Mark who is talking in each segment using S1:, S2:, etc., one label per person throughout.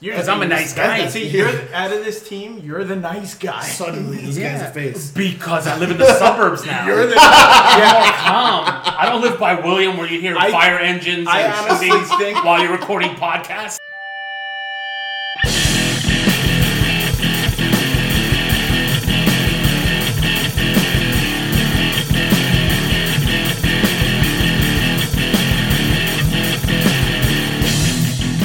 S1: 'Cause I'm a nice guy.
S2: See, you're out of this team. You're the nice guy.
S3: Suddenly, this guy's
S1: Yeah.
S3: a face.
S1: Because I live in the suburbs now.
S2: You're the.
S1: More
S2: yeah.
S1: calm. I don't live by William where you hear
S2: I-
S1: fire engines
S2: I
S1: and
S2: honestly
S1: shootings
S2: think-
S1: while you're recording podcasts.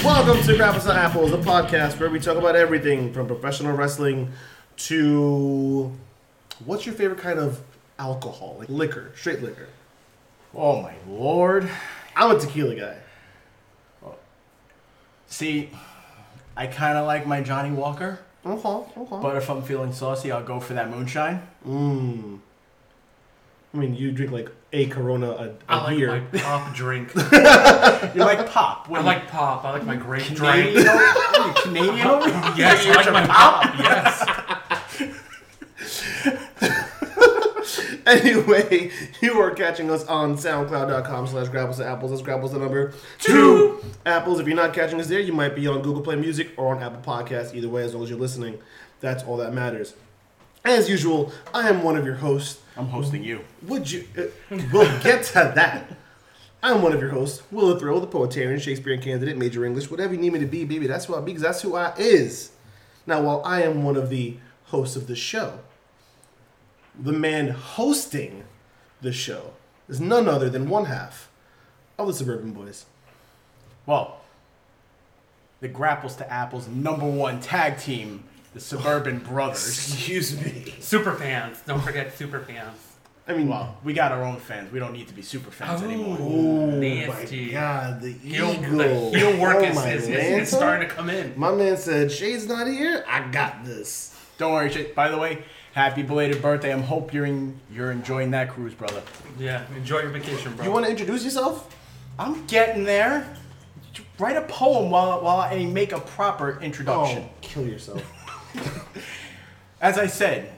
S3: Welcome to Apples to Apples, the podcast where we talk about everything from professional wrestling to what's your favorite kind of alcohol, like liquor, straight liquor.
S2: Oh my lord.
S3: I'm a tequila guy.
S2: See, I kind of like my Johnny Walker,
S3: Okay, okay.
S2: but if I'm feeling saucy, I'll go for that moonshine.
S3: Mmm. I mean, you drink like a Corona a, a year.
S1: pop drink.
S2: You like pop?
S1: I like pop. I like my grape
S2: Canadian.
S1: drink.
S2: What are you, Canadian. over here?
S1: Yes, I like my pop. Yes.
S3: Anyway, you are catching us on soundcloud.com slash grapples to apples. That's grapples the number two. Apples, if you're not catching us there, you might be on Google Play Music or on Apple Podcasts. Either way, as long as you're listening, that's all that matters. As usual, I am one of your hosts.
S2: I'm hosting you.
S3: Would you? Uh, we'll get to that. I'm one of your hosts, Willa Thrill, the poetarian, Shakespearean candidate, major English, whatever you need me to be, baby. That's who I be, because that's who I is. Now, while I am one of the hosts of the show, the man hosting the show is none other than one half of the Suburban Boys.
S2: Well, the Grapples to Apples number one tag team, the Suburban Brothers.
S3: Excuse me.
S1: Super fans. Don't forget super fans.
S3: I mean,
S2: Well, we got our own fans. We don't need to be super fans anymore.
S3: oh
S1: nasty.
S3: my God, the
S1: Heel,
S3: eagle.
S1: the heel work
S3: Oh,
S1: is,
S3: my
S1: is, is,
S3: Lanta.
S1: is starting to come in.
S3: My man said, "Shade's not here. I got this."
S2: Don't worry, shit. By the way, happy belated birthday. I'm hope you're in, you're enjoying that cruise, brother.
S1: Yeah, enjoy your vacation, bro.
S3: You want to introduce yourself?
S2: I'm getting there. Write a poem while while I make a proper introduction.
S3: Oh, kill yourself.
S2: As I said,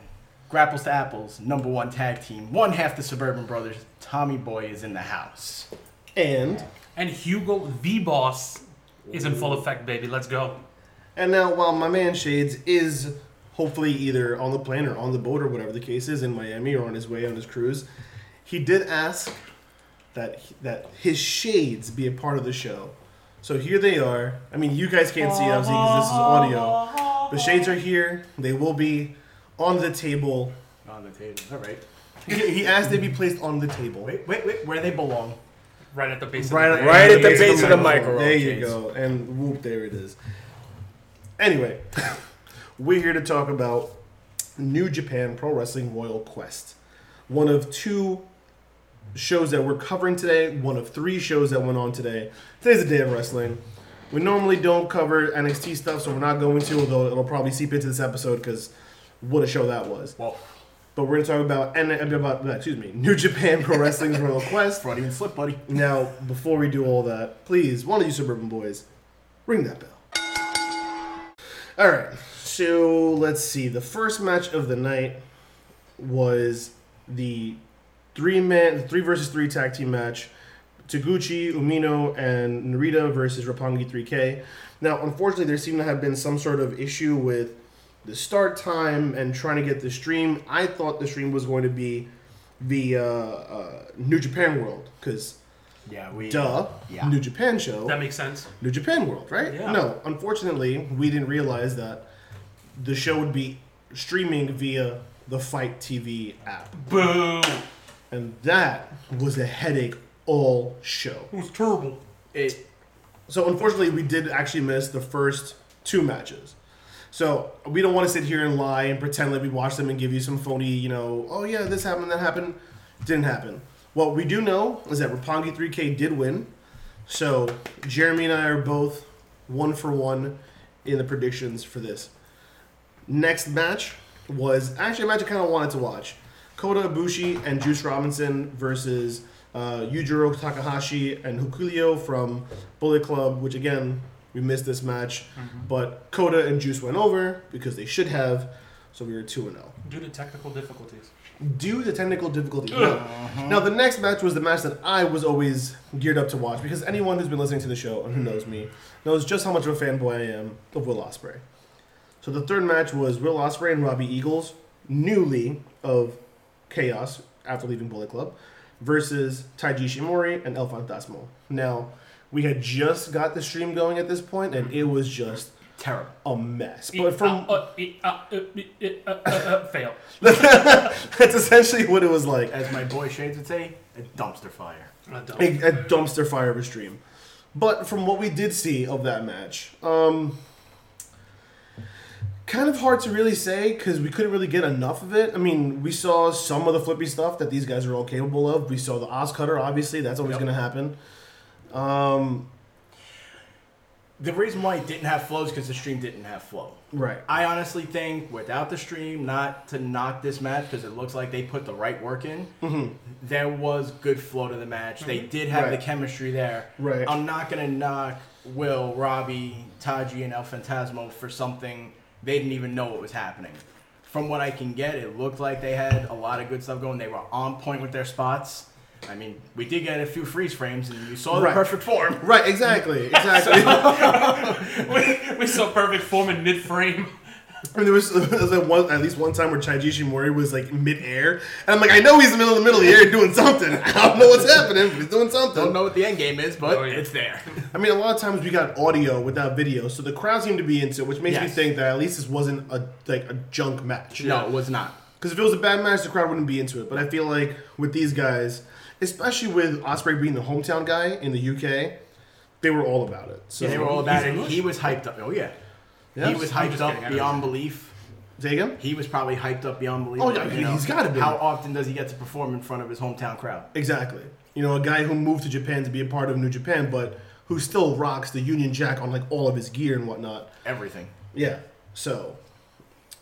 S2: Grapples to Apples, number one tag team, one half the Suburban Brothers. Tommy Boy is in the house.
S3: and
S1: and Hugo the Boss is in full effect, baby. Let's go.
S3: and now, while my man Shades is hopefully either on the plane or on the boat or whatever the case is in Miami or on his way on his cruise, he did ask that that his shades be a part of the show. So here they are. I mean, you guys can't see obviously because this is audio. The shades are here. They will be on the table.
S2: On the table. All right.
S3: He he asked they be placed on the table.
S2: Wait, wait, wait. Where they belong.
S1: Right at the base
S3: Right,
S1: of the
S3: right at the
S2: Base
S3: base
S2: of
S3: of
S2: the
S3: the
S2: microphone.
S3: microphone. There
S2: Jeez.
S3: you go. And whoop, there it is. Anyway, we're here to talk about New Japan Pro Wrestling Royal Quest, one of two shows that we're covering today, one of three shows that went on today. Today's the day of wrestling. We normally don't cover NXT stuff, so we're not going to, although it'll probably seep into this episode because what a show that was.
S2: Well,
S3: But we're going to talk about, and about excuse me, New Japan Pro Wrestling's Royal Quest.
S2: Freudian slip, buddy.
S3: Now, before we do all that, please, one of you suburban boys, ring that bell. All right, so let's see. The first match of the night was the three man, three versus three tag team match. Taguchi, Umino, and Narita versus Roppongi 3K. Now, unfortunately, there seemed to have been some sort of issue with the start time and trying to get the stream. I thought the stream was going to be the uh, uh, New Japan World because
S2: Yeah, we.
S3: duh,
S2: Yeah.
S3: New Japan show,
S1: That makes sense.
S3: New Japan World, right?
S1: Yeah.
S3: No, unfortunately, we didn't realize that the show would be streaming via the Fight TV app,
S1: Boo.
S3: and that was a headache all show.
S1: It was terrible.
S2: It,
S3: So unfortunately, we did actually miss the first two matches. So we don't want to sit here and lie and pretend like we watched them and give you some phony, you know, oh yeah, this happened, that happened, didn't happen. What we do know is that Rapongi 3K did win. So Jeremy and I are both one for one in the predictions for this. Next match was actually a match I kind of wanted to watch. Kota Ibushi and Juice Robinson versus uh, Yujiro Takahashi and Hukulio from Bullet Club, which again, we missed this match. But Kota and oh. Juice went over because they should have, so we were 2 0.
S1: Due to technical difficulties.
S3: due to technical difficulty. Now, now, the next match was the match that I was always geared up to watch because anyone who's been listening to the show and who knows me knows just how much of a fanboy I am of Will Ospreay. So the third match was Will Ospreay and Robbie Eagles, newly of Chaos after leaving Bullet Club, versus Taiji Shimori and El Fantasmo. Now, we had just got the stream going at this point, and it was just
S2: Terrible.
S3: a mess. But from
S1: Uh, uh, e- uh, uh, e- uh, uh, uh, uh, fail.
S3: that's essentially what it was like.
S2: As my boy Shades would say, a dumpster fire.
S1: I don't.
S3: a, a dumpster fire of a stream. But from what we did see of that match, um, kind of hard to really say because we couldn't really get enough of it. I mean, we saw some of the flippy stuff that these guys are all capable of. We saw the Oz cutter, obviously, that's always
S1: Yep.
S3: going to happen. Um,
S2: The reason why it didn't have flow is because the stream didn't have flow.
S3: right.
S2: I honestly think without the stream, not to knock this match because it looks like they put the right work in. There was good flow to the match.
S1: Mm-hmm.
S2: They did have the
S3: Mm-hmm. Right.
S2: chemistry there.
S3: Right.
S2: I'm not gonna knock Will, Robbie, Taji, and El Fantasmo for something they didn't even know what was happening. From what I can get, it looked like they had a lot of good stuff going. They were on point with their spots. I mean, we did get a few freeze frames, and you saw the
S3: Right.
S2: perfect form.
S3: Right, exactly, exactly.
S1: we, we saw perfect form in mid frame.
S3: I mean, there was, there was like one, at least one time where Taiji Shimori was like mid-air, and I'm like, I know he's in the middle of the middle of the air doing something. I don't know what's happening, but he's doing something.
S2: Don't know what the end game is, but
S1: Oh, yeah.
S2: it's there.
S3: I mean, a lot of times we got audio without video, so the crowd seemed to be into it, which makes me
S2: Yes.
S3: think that at least this wasn't a like a junk match.
S2: No, it was not.
S3: Because if it was a bad match, the crowd wouldn't be into it. But I feel like with these guys, especially with Osprey being the hometown guy in the UK, they were all about it. So
S2: Yeah, they were all about
S1: He's
S2: it.
S1: English?
S2: He was hyped up. Oh yeah, he
S3: Yes.
S2: was
S1: I'm
S2: hyped
S1: just kidding,
S2: up
S1: I
S2: beyond belief.
S3: Say again?
S2: He was probably hyped up beyond belief.
S3: Oh, yeah,
S2: you
S3: he- he's gotta be.
S2: How often does he get to perform in front of his hometown crowd?
S3: Exactly. You know, a guy who moved to Japan to be a part of New Japan, but who still rocks the Union Jack on like all of his gear and whatnot.
S2: Everything.
S3: Yeah. So,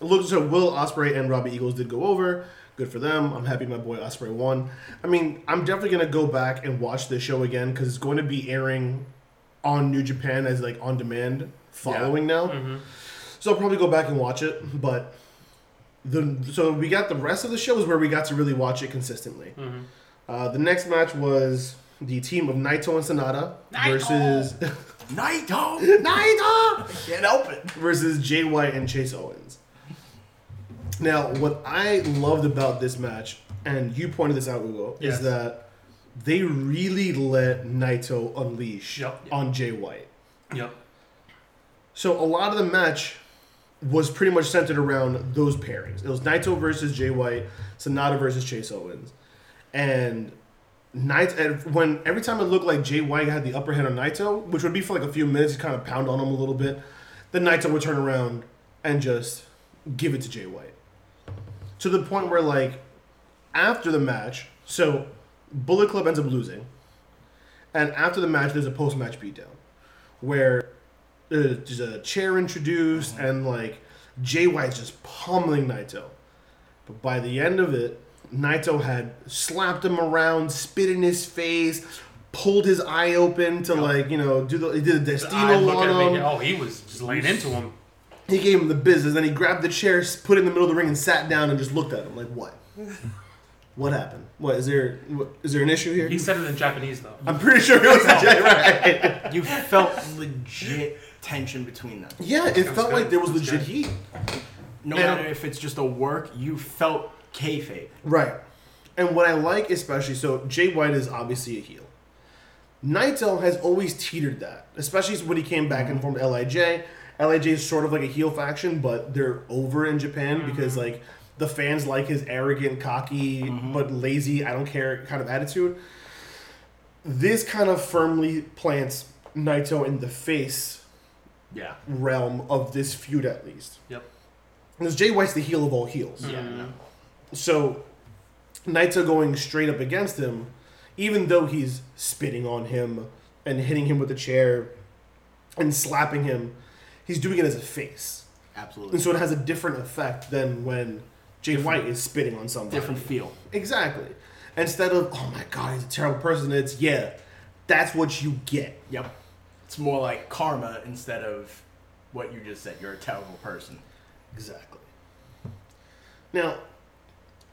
S3: it looks so Will Osprey and Robbie Eagles did go over. Good for them. I'm happy my boy Osprey won. I mean, I'm definitely gonna go back and watch this show again because it's going to be airing on New Japan as like on demand following now. So I'll probably go back and watch it. But the so we got the rest of the show is where we got to really watch it consistently. Uh, the next match was the team of Naito and Sonata
S1: Naito!
S3: versus
S2: Naito,
S3: Naito
S2: can't help it.
S3: versus Jay White and Chase Owens. Now, what I loved about this match, and you pointed this out, Ugo,
S1: Yes.
S3: is that they really let Naito unleash
S1: Yep.
S3: on Jay White.
S1: Yep.
S3: So a lot of the match was pretty much centered around those pairings. It was Naito versus Jay White, Sonata versus Chase Owens, and Naito. And when every time it looked like Jay White had the upper hand on Naito, which would be for like a few minutes, to kind of pound on him a little bit, then Naito would turn around and just give it to Jay White to the point where like after the match, so Bullet Club ends up losing, and after the match, there's a post match beatdown where uh, there's a chair introduced, and like Jay White's just pummeling Naito. But by the end of it, Naito had slapped him around, spit in his face, pulled his eye open to like you know do the he did a
S1: I
S3: Destino
S1: look at
S3: on
S1: him.
S3: him.
S1: and- Oh, he was just laying into him.
S3: He gave him the business, then he grabbed the chair, s- put it in the middle of the ring, and sat down and just looked at him like, "What? what happened? What is there? What, is there an issue here?"
S1: He said it in Japanese though.
S3: I'm pretty sure it was a giant. Right.
S2: You felt legit tension between them.
S3: Yeah, it felt
S1: good.
S3: like there was
S1: Sounds
S3: legit
S1: good.
S3: heat.
S2: No
S3: Yeah.
S2: matter if it's just a work, you felt kayfabe.
S3: Right. And what I like especially, so Jay White is obviously a heel. Naito has always teetered that, especially when he came back and formed Lij. Lij is sort of like a heel faction, but they're over in Japan because like the fans like his arrogant, cocky, but lazy, I don't care kind of attitude. This kind of firmly plants Naito in the face
S2: Yeah.
S3: realm of this feud, at least.
S1: Yep.
S3: Because Jay White's the heel of all heels.
S2: Yeah. no.
S3: So Naito going straight up against him, even though he's spitting on him and hitting him with a chair and slapping him, he's doing it as a face.
S2: Absolutely.
S3: And so it has a different effect than when Jay White is spitting on somebody.
S2: Different feel.
S3: Exactly. Instead of, oh my god, he's a terrible person, it's, yeah, that's what you get.
S2: Yep. It's more like karma instead of what you just said. You're a terrible person.
S3: Exactly. Now,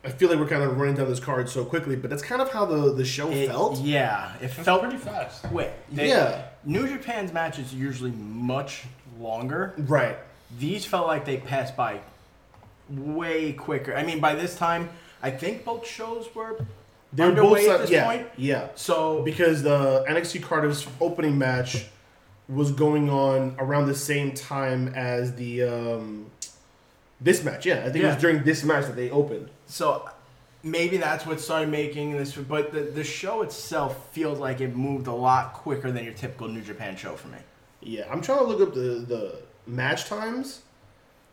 S3: I feel like we're kind of running down this card so quickly, but that's kind of how the the show
S2: It-
S3: felt.
S2: Yeah, it
S1: That's
S2: felt
S1: pretty fast.
S2: quick.
S3: Yeah.
S2: New Japan's match is usually much longer.
S3: Right.
S2: These felt like they passed by way quicker. I mean, by this time, I think both shows were
S3: They were both
S2: underway
S3: si-
S2: at this
S3: yeah,
S2: point.
S3: yeah.
S2: So
S3: Because the NXT Cardiff's opening match was going on around the same time as the um, this match. Yeah, I think it
S2: Yeah.
S3: was during this match that they opened.
S2: So maybe that's what started making this, but the, the show itself feels like it moved a lot quicker than your typical New Japan show for me.
S3: Yeah, I'm trying to look up the the match times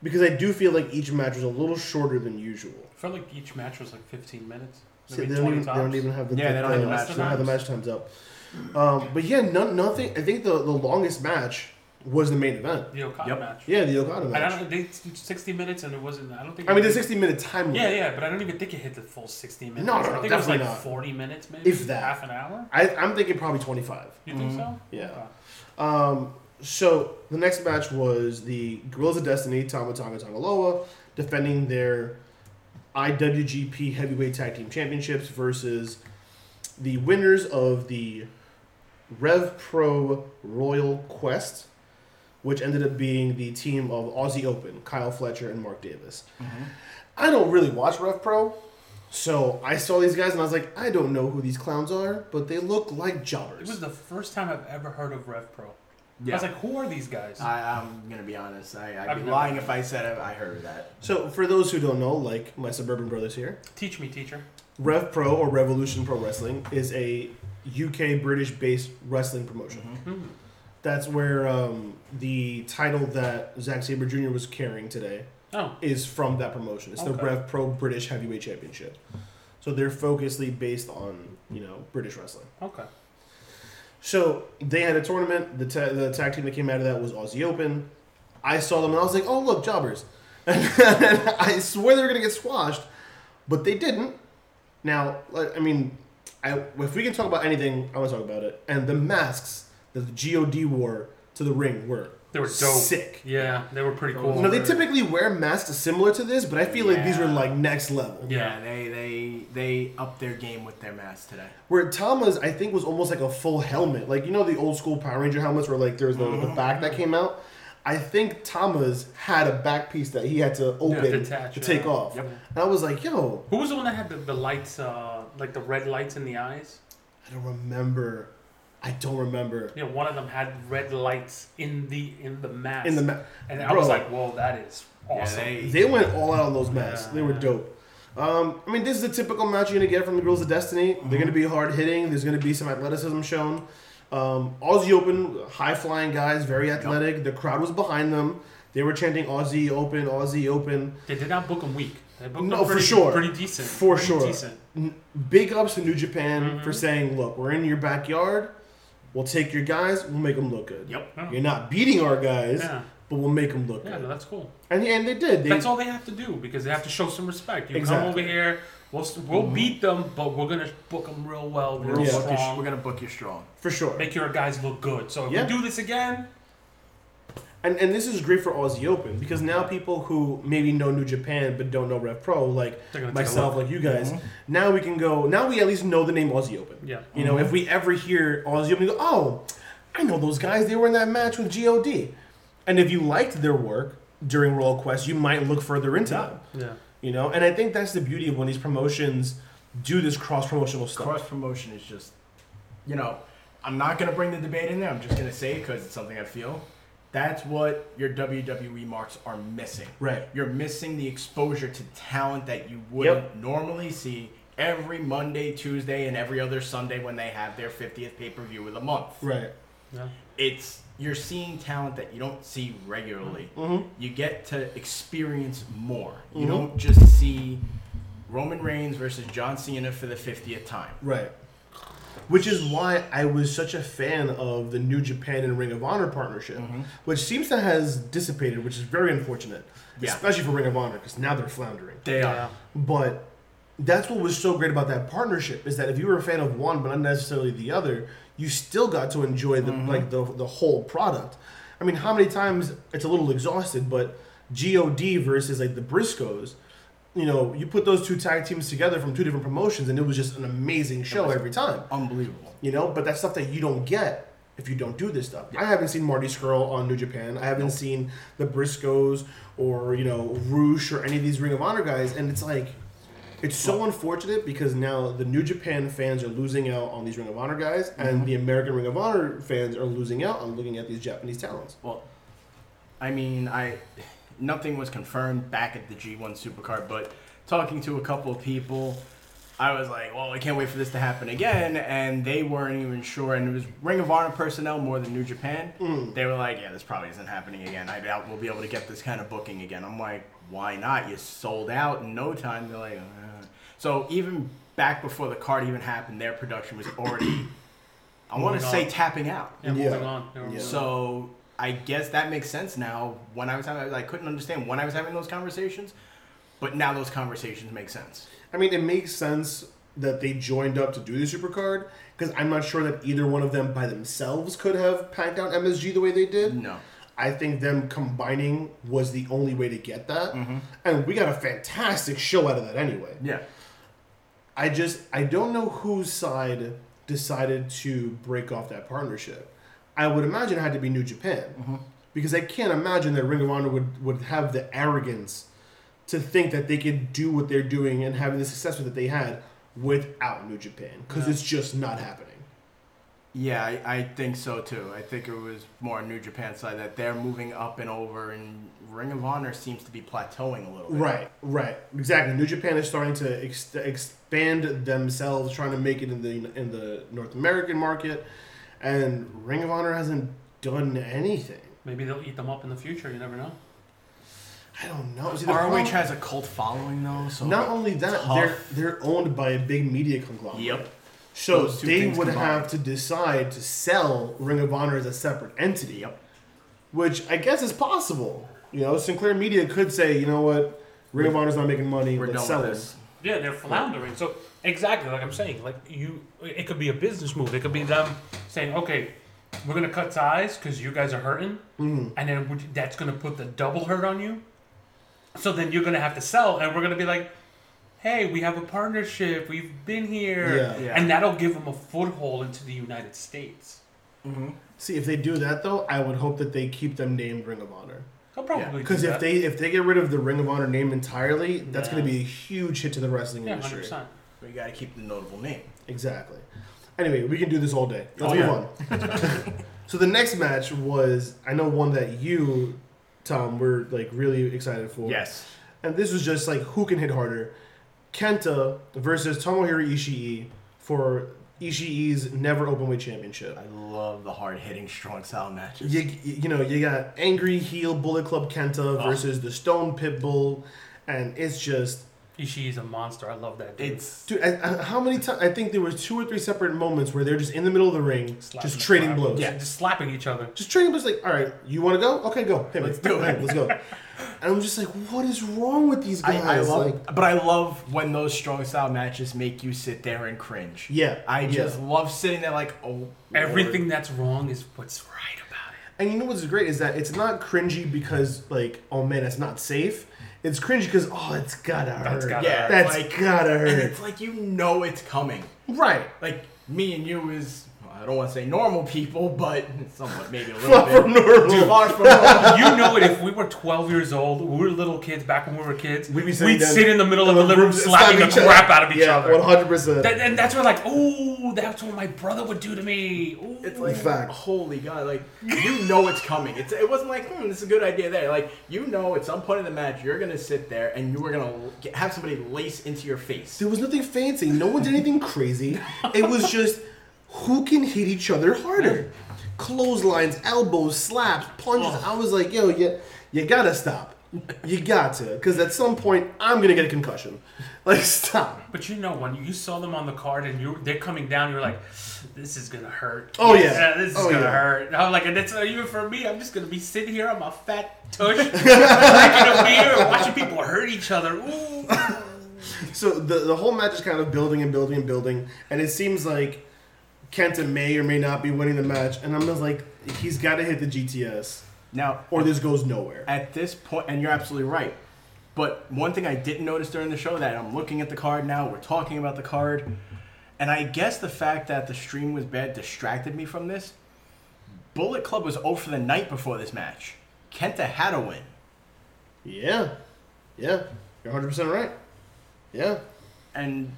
S3: because I do feel like each match was a little shorter than usual.
S1: I felt like each match was like 15 minutes.
S3: See,
S1: Maybe 20
S3: they, don't even, they
S1: tops.
S3: don't even have the
S2: Yeah, they don't have the match
S3: they don't have the match times up. Um, but yeah, no, nothing. I think the, the longest match was the main event.
S1: the Okada
S2: Yep.
S1: match.
S3: Yeah, the Okada
S1: And I
S3: match.
S1: don't. They did 60 minutes, and it wasn't. I don't think.
S3: I mean,
S1: it
S3: the
S1: was-
S3: 60 minute time
S1: Yeah,
S3: limit.
S1: yeah, but I don't even think it hit the full 60 minutes.
S3: No, no, no,
S1: I think it was
S3: definitely
S1: like
S3: not.
S1: 40 minutes, maybe.
S3: If that.
S1: half an hour.
S3: I, I'm thinking probably 25.
S1: You think so?
S3: Yeah.
S1: Okay.
S3: Um, so the next match was the Guerrillas of Destiny, Tama Tonga Tongaloa, defending their IWGP Heavyweight Tag Team Championships versus the winners of the Rev Pro Royal Quest, which ended up being the team of Aussie Open, Kyle Fletcher, and Mark Davis.
S1: Mm-hmm.
S3: I don't really watch Rev Pro. So I saw these guys and I was like, I don't know who these clowns are, but they look like
S1: It
S3: jobbers.
S1: was the first time I've ever heard of Rev Pro. I
S2: Yeah.
S1: was like, who are these guys?
S2: I, I'm gonna be honest. I, I'd
S1: I've
S2: be
S1: never-
S2: lying if I said I, I heard that.
S3: So, for those who don't know, like my suburban brothers here,
S1: Teach me, teacher.
S3: Rev Pro or Revolution Pro Wrestling is a UK British based wrestling promotion.
S1: Hmm.
S3: That's where um, the title that Zack Sabre Jr. was carrying today
S1: Oh,
S3: is from that promotion. It's the
S1: Okay.
S3: Rev Pro British Heavyweight Championship. So they're focusedly based on you know British wrestling.
S1: okay.
S3: So they had a tournament. The, ta- the tag team that came out of that was Aussie Open. I saw them and I was like, oh, look, jobbers. And, I swear they were going to get squashed, but they didn't. Now, like, I mean, I, if we can talk about anything, I want to talk about it. And the masks that the GOD wore to the ring were
S1: They were dope.
S3: sick.
S1: Yeah, they were pretty cool.
S3: You know, they typically wear masks similar to this, but I feel like these were
S2: Yeah.
S3: like next level.
S1: Yeah.
S2: they they they upped their game with their mask today.
S3: Where Tama's, I think, was almost like a full helmet. Like, you know, the old school Power Ranger helmets where, like, there's the, the back that came out? I think Tama's had a back piece that he had to open
S1: detach,
S3: to take
S1: yeah.
S3: off.
S2: Yep.
S3: And I was like, yo,
S1: Who was the one that had the, the lights, uh, like the red lights in the eyes?
S3: I don't remember. I don't remember.
S1: Yeah, one of them had red lights in the in the mask.
S3: In the ma-
S1: and I
S3: Bro.
S1: was like, whoa, that is awesome.
S2: Yeah, they,
S3: They went all out on those masks. They were
S1: Yeah.
S3: dope. Um, I mean, this is the typical match you're going to get from the Girls of Destiny. They're going to be hard hitting, there's going to be some athleticism shown. Um, Aussie Open, high flying guys, very athletic. The crowd was behind them. They were chanting Aussie Open, Aussie Open.
S1: They did not book them weak. They booked
S3: No,
S1: them
S3: for
S1: pretty,
S3: sure.
S1: Pretty decent.
S3: For
S1: pretty
S3: sure.
S1: Decent.
S3: N- big ups to New Japan
S1: Mm-hmm.
S3: for saying, look, we're in your backyard. We'll take your guys. We'll make them look good.
S2: Yep.
S1: Yeah.
S3: You're not beating our guys,
S1: Oh. Yeah.
S3: but we'll make them look
S1: Yeah,
S3: good.
S1: no, that's cool.
S3: And, and they did. They,
S1: That's all they have to do because they have to show some respect. You
S3: Exactly. Mm-hmm.
S1: come over here, we'll, st- we'll beat them, but we're gonna book them real well,
S2: we're,
S1: real
S2: gonna
S3: Yeah.
S2: book you,
S1: strong.
S2: we're gonna book you strong.
S3: for sure.
S1: Make your guys look good. So if
S3: Yeah.
S1: we do this again,
S3: And, and this is great for Aussie Open because now people who maybe know New Japan but don't know Rev Pro, like
S1: They're gonna take a Mm-hmm.
S3: myself, like you guys, now we can go, now we at least know the name Aussie Open.
S1: yeah, Mm-hmm.
S3: You know, if we ever hear Aussie Open, you go, oh, I know those guys. They were in that match with GOD. And if you liked their work during Royal Quest, you might look further into them.
S1: yeah,
S3: You know, and I think that's the beauty of when these promotions do this cross promotional stuff.
S2: Cross promotion is just, you know, I'm not gonna bring the debate in there. I'm just gonna say it because it's something I feel. That's what your WWE marks are missing.
S3: Right.
S2: You're missing the exposure to talent that you wouldn't
S3: Yep.
S2: normally see every Monday, Tuesday, and every other Sunday when they have their 50th pay per view of the month.
S3: Right.
S1: yeah.
S2: It's you're seeing talent that you don't see regularly. You get to experience more. You don't just see Roman Reigns versus John Cena for the 50th time.
S3: Right. Which is why I was such a fan of the New Japan and Ring of Honor partnership, which seems to has dissipated, which is very unfortunate,
S2: Yeah.
S3: especially for Ring of Honor because now they're floundering.
S2: They
S1: Yeah.
S2: are.
S3: But that's what was so great about that partnership is that if you were a fan of one but not necessarily the other, you still got to enjoy the like the the whole product. I mean, how many times it's a little exhausted, but God versus like the Briscoes, you know, you put those two tag teams together from two different promotions, and it was just an amazing show every time.
S2: Unbelievable.
S3: You know, but that's stuff that you don't get if you don't do this stuff. I haven't seen Marty Skrull on New Japan. I haven't seen the Briscoes or you know Roosh or any of these Ring of Honor guys, and it's like. It's so unfortunate because now the New Japan fans are losing out on these Ring of Honor guys, and the American Ring of Honor fans are losing out on looking at these Japanese talents.
S2: Well, I mean, I nothing was confirmed back at the G1 Supercard, but talking to a couple of people, I was like, "Well, I can't wait for this to happen again," and they weren't even sure. And it was Ring of Honor personnel more than New Japan. They were like, "Yeah, this probably isn't happening again. I doubt we'll be able to get this kind of booking again." I'm like, "Why not? You sold out in no time." They're like, uh. "So even back before the card even happened, their production was already." I want to
S1: Moving
S2: say
S1: on.
S2: tapping out.
S1: Yeah,
S3: Yeah.
S1: moving on. Yeah, moving on.
S2: So I guess that makes sense now. When I was having, I couldn't understand when I was having those conversations, but now those conversations make sense.
S3: I mean, it makes sense that they joined up to do the supercard because I'm not sure that either one of them by themselves could have packed out MSG the way they did.
S2: No.
S3: I think them combining was the only way to get that. And we got a fantastic show out of that anyway.
S2: Yeah.
S3: I just I don't know whose side decided to break off that partnership. I would imagine it had to be New Japan because I can't imagine that Ring of Honor would would have the arrogance to think that they could do what they're doing and having the success that they had without New Japan because it's just not happening.
S2: Yeah, I, I think so too. I think it was more New Japan side that they're moving up and over, and Ring of Honor seems to be plateauing a little bit.
S3: Right, right, exactly. New Japan is starting to ex- expand themselves, trying to make it in the in the North American market, and Ring of Honor hasn't done anything.
S1: Maybe they'll eat them up in the future. You never know.
S3: I don't know. See, the problem-
S2: ROH has a cult following though, so
S3: not only that,
S2: tough.
S3: they're they're owned by a big media conglomerate.
S2: Yep.
S3: So
S2: Those two
S3: they
S2: things
S3: would
S2: combined.
S3: have to decide to sell Ring of Honor as a separate entity.
S2: Yep.
S3: Which I guess is possible. You know, Sinclair Media could say, you know what, Ring of Honor's not making money.
S2: we're
S3: Let's
S2: done
S3: sell
S2: with
S3: it.
S2: this.
S1: Yeah, they're floundering. So exactly like I'm saying, like you, it could be a business move. It could be them saying, "Okay, we're gonna cut ties because you guys are hurting,
S3: Mm-hmm.
S1: and then we- that's gonna put the double hurt on you. So then you're gonna have to sell, and we're gonna be like." Hey, we have a partnership. We've been here,
S3: Yeah.
S2: Yeah.
S1: and that'll give them a foothold into the United States.
S2: Mm-hmm.
S3: See, if they do that though, I would hope that they keep them named Ring of Honor.
S1: They'll probably
S3: Because
S1: do
S3: if
S1: that.
S3: they if they get rid of the Ring of Honor name entirely, that's
S1: Yeah.
S3: going to be a huge hit to the wrestling
S1: yeah, hundred
S3: industry.
S1: percent.
S2: But you got to keep the notable name.
S3: Exactly. Anyway, we can do this all day. Let's
S2: Oh,
S3: move
S2: yeah.
S3: on. so the next match was I know one that you, Tom, were like really excited for.
S2: Yes.
S3: And this was just like who can hit harder, Kenta versus Tomohiro Ishii for Ishii's never openweight championship.
S2: I love the hard hitting, strong style matches.
S3: You, you know you got angry heel Bullet Club Kenta versus the Stone Pitbull, and it's just
S1: Ishii's a monster. I love that dude.
S2: It's
S3: Dude, I, I, how many times? I think there were two or three separate moments where they're just in the middle of the ring,
S1: Slapping
S3: just
S1: the
S3: trading
S1: crap.
S3: blows.
S1: Yeah, just slapping each other.
S3: Just trading blows. Like, all right, you want to go? Okay, go. Hey,
S2: Let's
S3: man,
S2: do it.
S3: hey, Let's go. And I'm just like, what is wrong with these guys?
S2: I, I love,
S3: like,
S2: but I love when those strong style matches make you sit there and cringe.
S3: Yeah,
S2: I
S3: yeah.
S2: just love sitting there like, oh,
S1: Everything
S2: Lord.
S1: that's wrong is what's right about it.
S3: and you know what's great is that it's not cringy because like, oh man, it's not safe. It's cringy because oh, it's gotta
S1: That's
S3: hurt.
S1: gotta
S2: Yeah,
S1: hurt.
S3: that's
S2: like-
S3: gotta
S2: And
S3: hurt.
S2: it's like you know it's coming.
S3: Right.
S2: Like me and you is, I don't want to say normal people, but somewhat maybe a little
S3: Far
S2: bit.
S3: from normal.
S2: Far from normal.
S1: You know it. If we were 12 years old, we were little kids back when we were kids, we'd,
S3: We'd be sitting down-
S1: sit in the middle of the living room slapping the
S3: each other.
S1: crap out of each
S3: yeah,
S1: other.
S3: one hundred percent.
S1: That- and that's where like, oh, that's what my brother would do to me. Ooh.
S2: It's like,
S3: Fact.
S2: holy god! Like you know it's coming. It's, it wasn't like, hmm, this is a good idea there. Like you know, at some point in the match, you're gonna sit there and you are gonna get, have somebody lace into your face.
S3: There was nothing fancy. No one did anything crazy. It was just who can hit each other harder. Clotheslines, elbows, slaps, plunges.
S1: Oh.
S3: I was like, yo, yeah, you gotta stop. You got to, because at some point I'm gonna get a concussion. Like, stop.
S1: But you know, when you saw them on the card and you they're coming down, you're like, this is gonna hurt.
S3: Oh, yeah.
S1: this is
S3: Oh,
S1: gonna
S3: yeah.
S1: hurt. And I'm like, and that's not even for me. I'm just gonna be sitting here on my fat tush, drinking a beer, and watching people hurt each other. Ooh.
S3: So the the whole match is kind of building and building and building, and it seems like Kenta may or may not be winning the match, and I'm just like, he's got to hit the GTS,
S2: Now,
S3: or this goes nowhere.
S2: at this point, and you're absolutely right. But one thing I didn't notice during the show that I'm looking at the card now, we're talking about the card, and I guess the fact that the stream was bad distracted me from this. Bullet Club was over the night before this match. Kenta had a win.
S3: Yeah. Yeah. You're 100% right. Yeah.
S2: and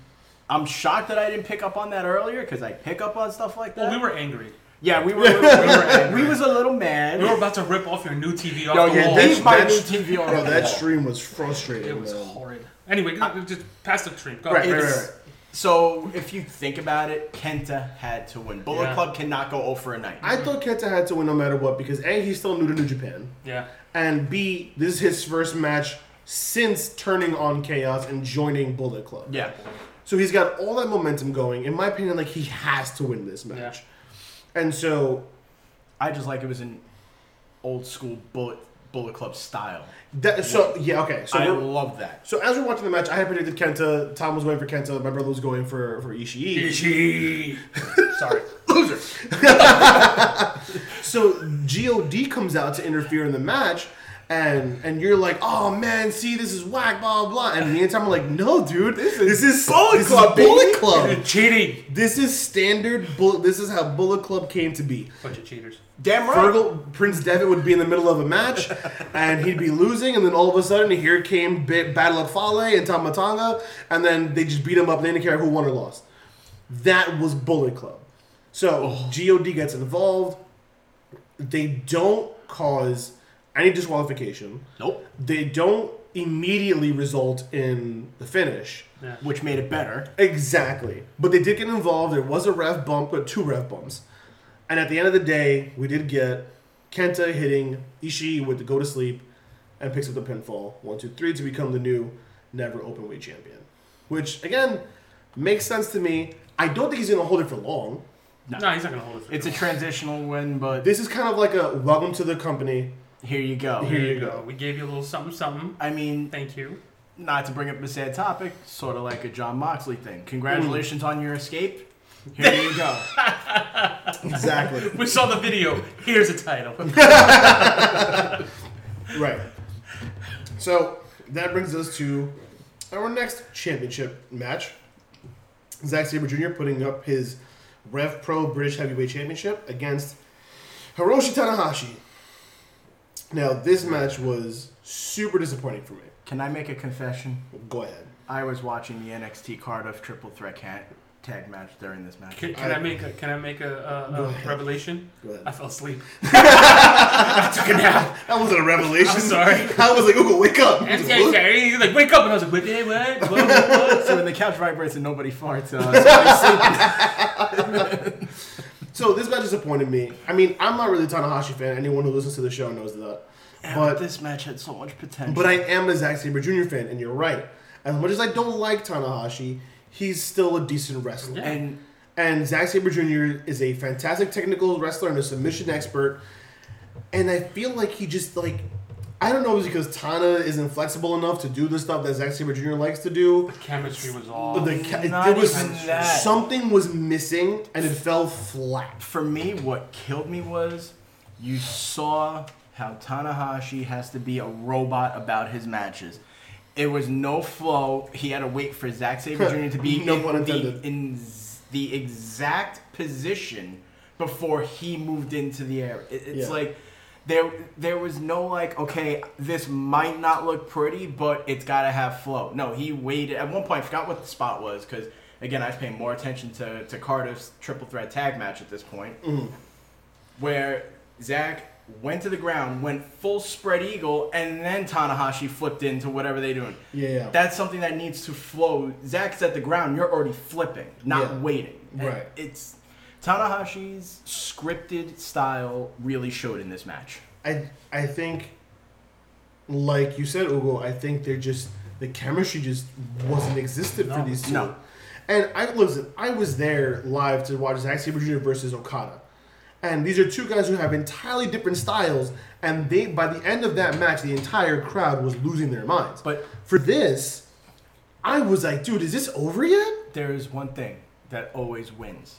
S2: I'm shocked that I didn't pick up on that earlier because I pick up on stuff like that.
S1: Well, we were angry.
S2: yeah, we were, we were, we was a little mad.
S1: We were about to rip off your new TV off
S2: Yo,
S1: the
S2: yeah,
S1: wall.
S2: that's-
S1: It
S2: Leave my
S3: that's-
S2: new TV on
S3: Bro,
S2: right
S3: that
S2: now.
S3: stream was frustrating.
S1: was
S3: man.
S1: horrid. Anyway, just pass the stream. Go
S3: Ah. Right,
S1: ahead.
S3: right,
S2: It's-
S3: right.
S2: So if you think about it, Kenta had to win. Bullet
S1: Yeah.
S2: Club cannot go 0 for a night.
S3: I thought Kenta had to win no matter what because A, he's still new to New Japan.
S1: Yeah.
S3: And B, this is his first match since turning on Chaos and joining Bullet Club.
S2: yeah,
S3: So he's got all that momentum going. In my opinion, like he has to win this match. And so
S2: I just like it was an old school Bullet Bullet Club style.
S3: that so yeah, okay. So
S2: I
S3: we're,
S2: love that.
S3: so as we're watching the match, I had predicted Kenta. Tom was going for Kenta. My brother was going for for Ishii.
S1: Ishii. Sorry.
S3: So God comes out to interfere in the match, and and you're like, oh man, see this is whack, blah blah. blah. And me and Tom are like, no, dude, this is this is
S2: Bullet Club,
S3: Bullet
S2: baby."
S3: Club.
S1: Cheating.
S3: This is standard. Bull- this is how Bullet Club came to be.
S1: Bunch of cheaters.
S2: Damn right.
S3: Fergal Prince Devitt would be in the middle of a match, and he'd be losing, and then all of a sudden here came Ba- Battle of Fale and Tamatanga, and then they just beat him up. They didn't care who won or lost. That was Bullet Club. So God gets involved. They don't cause any disqualification.
S2: Nope.
S3: They don't immediately result in the finish.
S2: Which made it better.
S3: Exactly. But they did get involved. There was a ref bump, but two ref bumps. And at the end of the day, we did get Kenta hitting Ishii with the go to sleep and picks up the pinfall. One, two, three to become the new never openweight champion. Which, again, makes sense to me. I don't think he's going to hold it for long.
S1: No, he's not gonna hold it. For
S2: It's a
S1: long.
S2: transitional win, but
S3: This is kind of like a welcome to the company.
S2: here you go.
S3: Here you go.
S1: We gave you a little something, something.
S2: I mean,
S1: Thank you.
S2: not to bring up a sad topic, sort of like a John Moxley thing. Congratulations on your escape. Here you go.
S3: Exactly.
S1: We saw the video. Here's a title.
S3: Right. So that brings us to our next championship match. Zack Sabre Jr. putting up his Rev Pro British Heavyweight Championship against Hiroshi Tanahashi. Now, this match was super disappointing for me.
S2: Can I make a confession?
S3: Go ahead.
S2: I was watching the NXT card of Triple Threat Cat tag match during this match.
S1: Can, can I, make a Can I make a, a, a revelation?
S3: Go ahead.
S1: I fell asleep.
S3: That wasn't a revelation.
S1: I'm sorry.
S3: I was like, Ugo, wake up.
S1: And he's like, wake up, and I was like, wait, wait, what? What? What?
S2: So when the couch vibrates and nobody farts, uh, somebody's sleeping.
S3: So this match disappointed me. I mean, I'm not really a Tanahashi fan. Anyone who listens to the show knows that.
S2: but this match had so much potential.
S3: But I am a Zack Sabre Jr. fan, and you're right. As much as I don't like Tanahashi, he's still a decent wrestler.
S1: Yeah.
S2: and
S3: And Zack Sabre Jr. is a fantastic technical wrestler and a submission expert. And I feel like he just like I don't know if it's because Tana isn't flexible enough to do the stuff that Zack Sabre Jr. likes to do.
S1: Chemistry was
S3: But
S1: off.
S3: the ca-
S2: Oh, Not
S3: there was
S2: even that.
S3: something was missing, and it fell flat.
S2: for me, what killed me was you saw how Tanahashi has to be a robot about his matches. It was no flow. He had to wait for Zack Sabre Jr. to be
S3: No
S2: in,
S3: pun
S2: the,
S3: intended.
S2: in z- the exact position before he moved into the air. It- it's
S3: Yeah.
S2: like there there was no like, okay, this might not look pretty, but it's got to have flow. No, he waited. At one point, I forgot what the spot was because, again, I was paying more attention to, to Cardiff's triple threat tag match at this point where Zach went to the ground, went full spread eagle, and then Tanahashi flipped into whatever they're doing.
S3: Yeah, yeah.
S2: That's something that needs to flow. Zach's at the ground, you're already flipping, not
S3: Yeah.
S2: waiting. And
S3: Right.
S2: It's Tanahashi's scripted style really showed in this match.
S3: I I think, like you said, Ugo, I think they're just the chemistry just wasn't existent for
S1: No.
S3: these two.
S2: No.
S3: And I listen, I was there live to watch Zack Sabre Jr. versus Okada. And these are two guys who have entirely different styles, and they by the end of that match, the entire crowd was losing their minds.
S2: But-
S3: for this, I was like, dude, is this over yet?
S2: There is one thing that always wins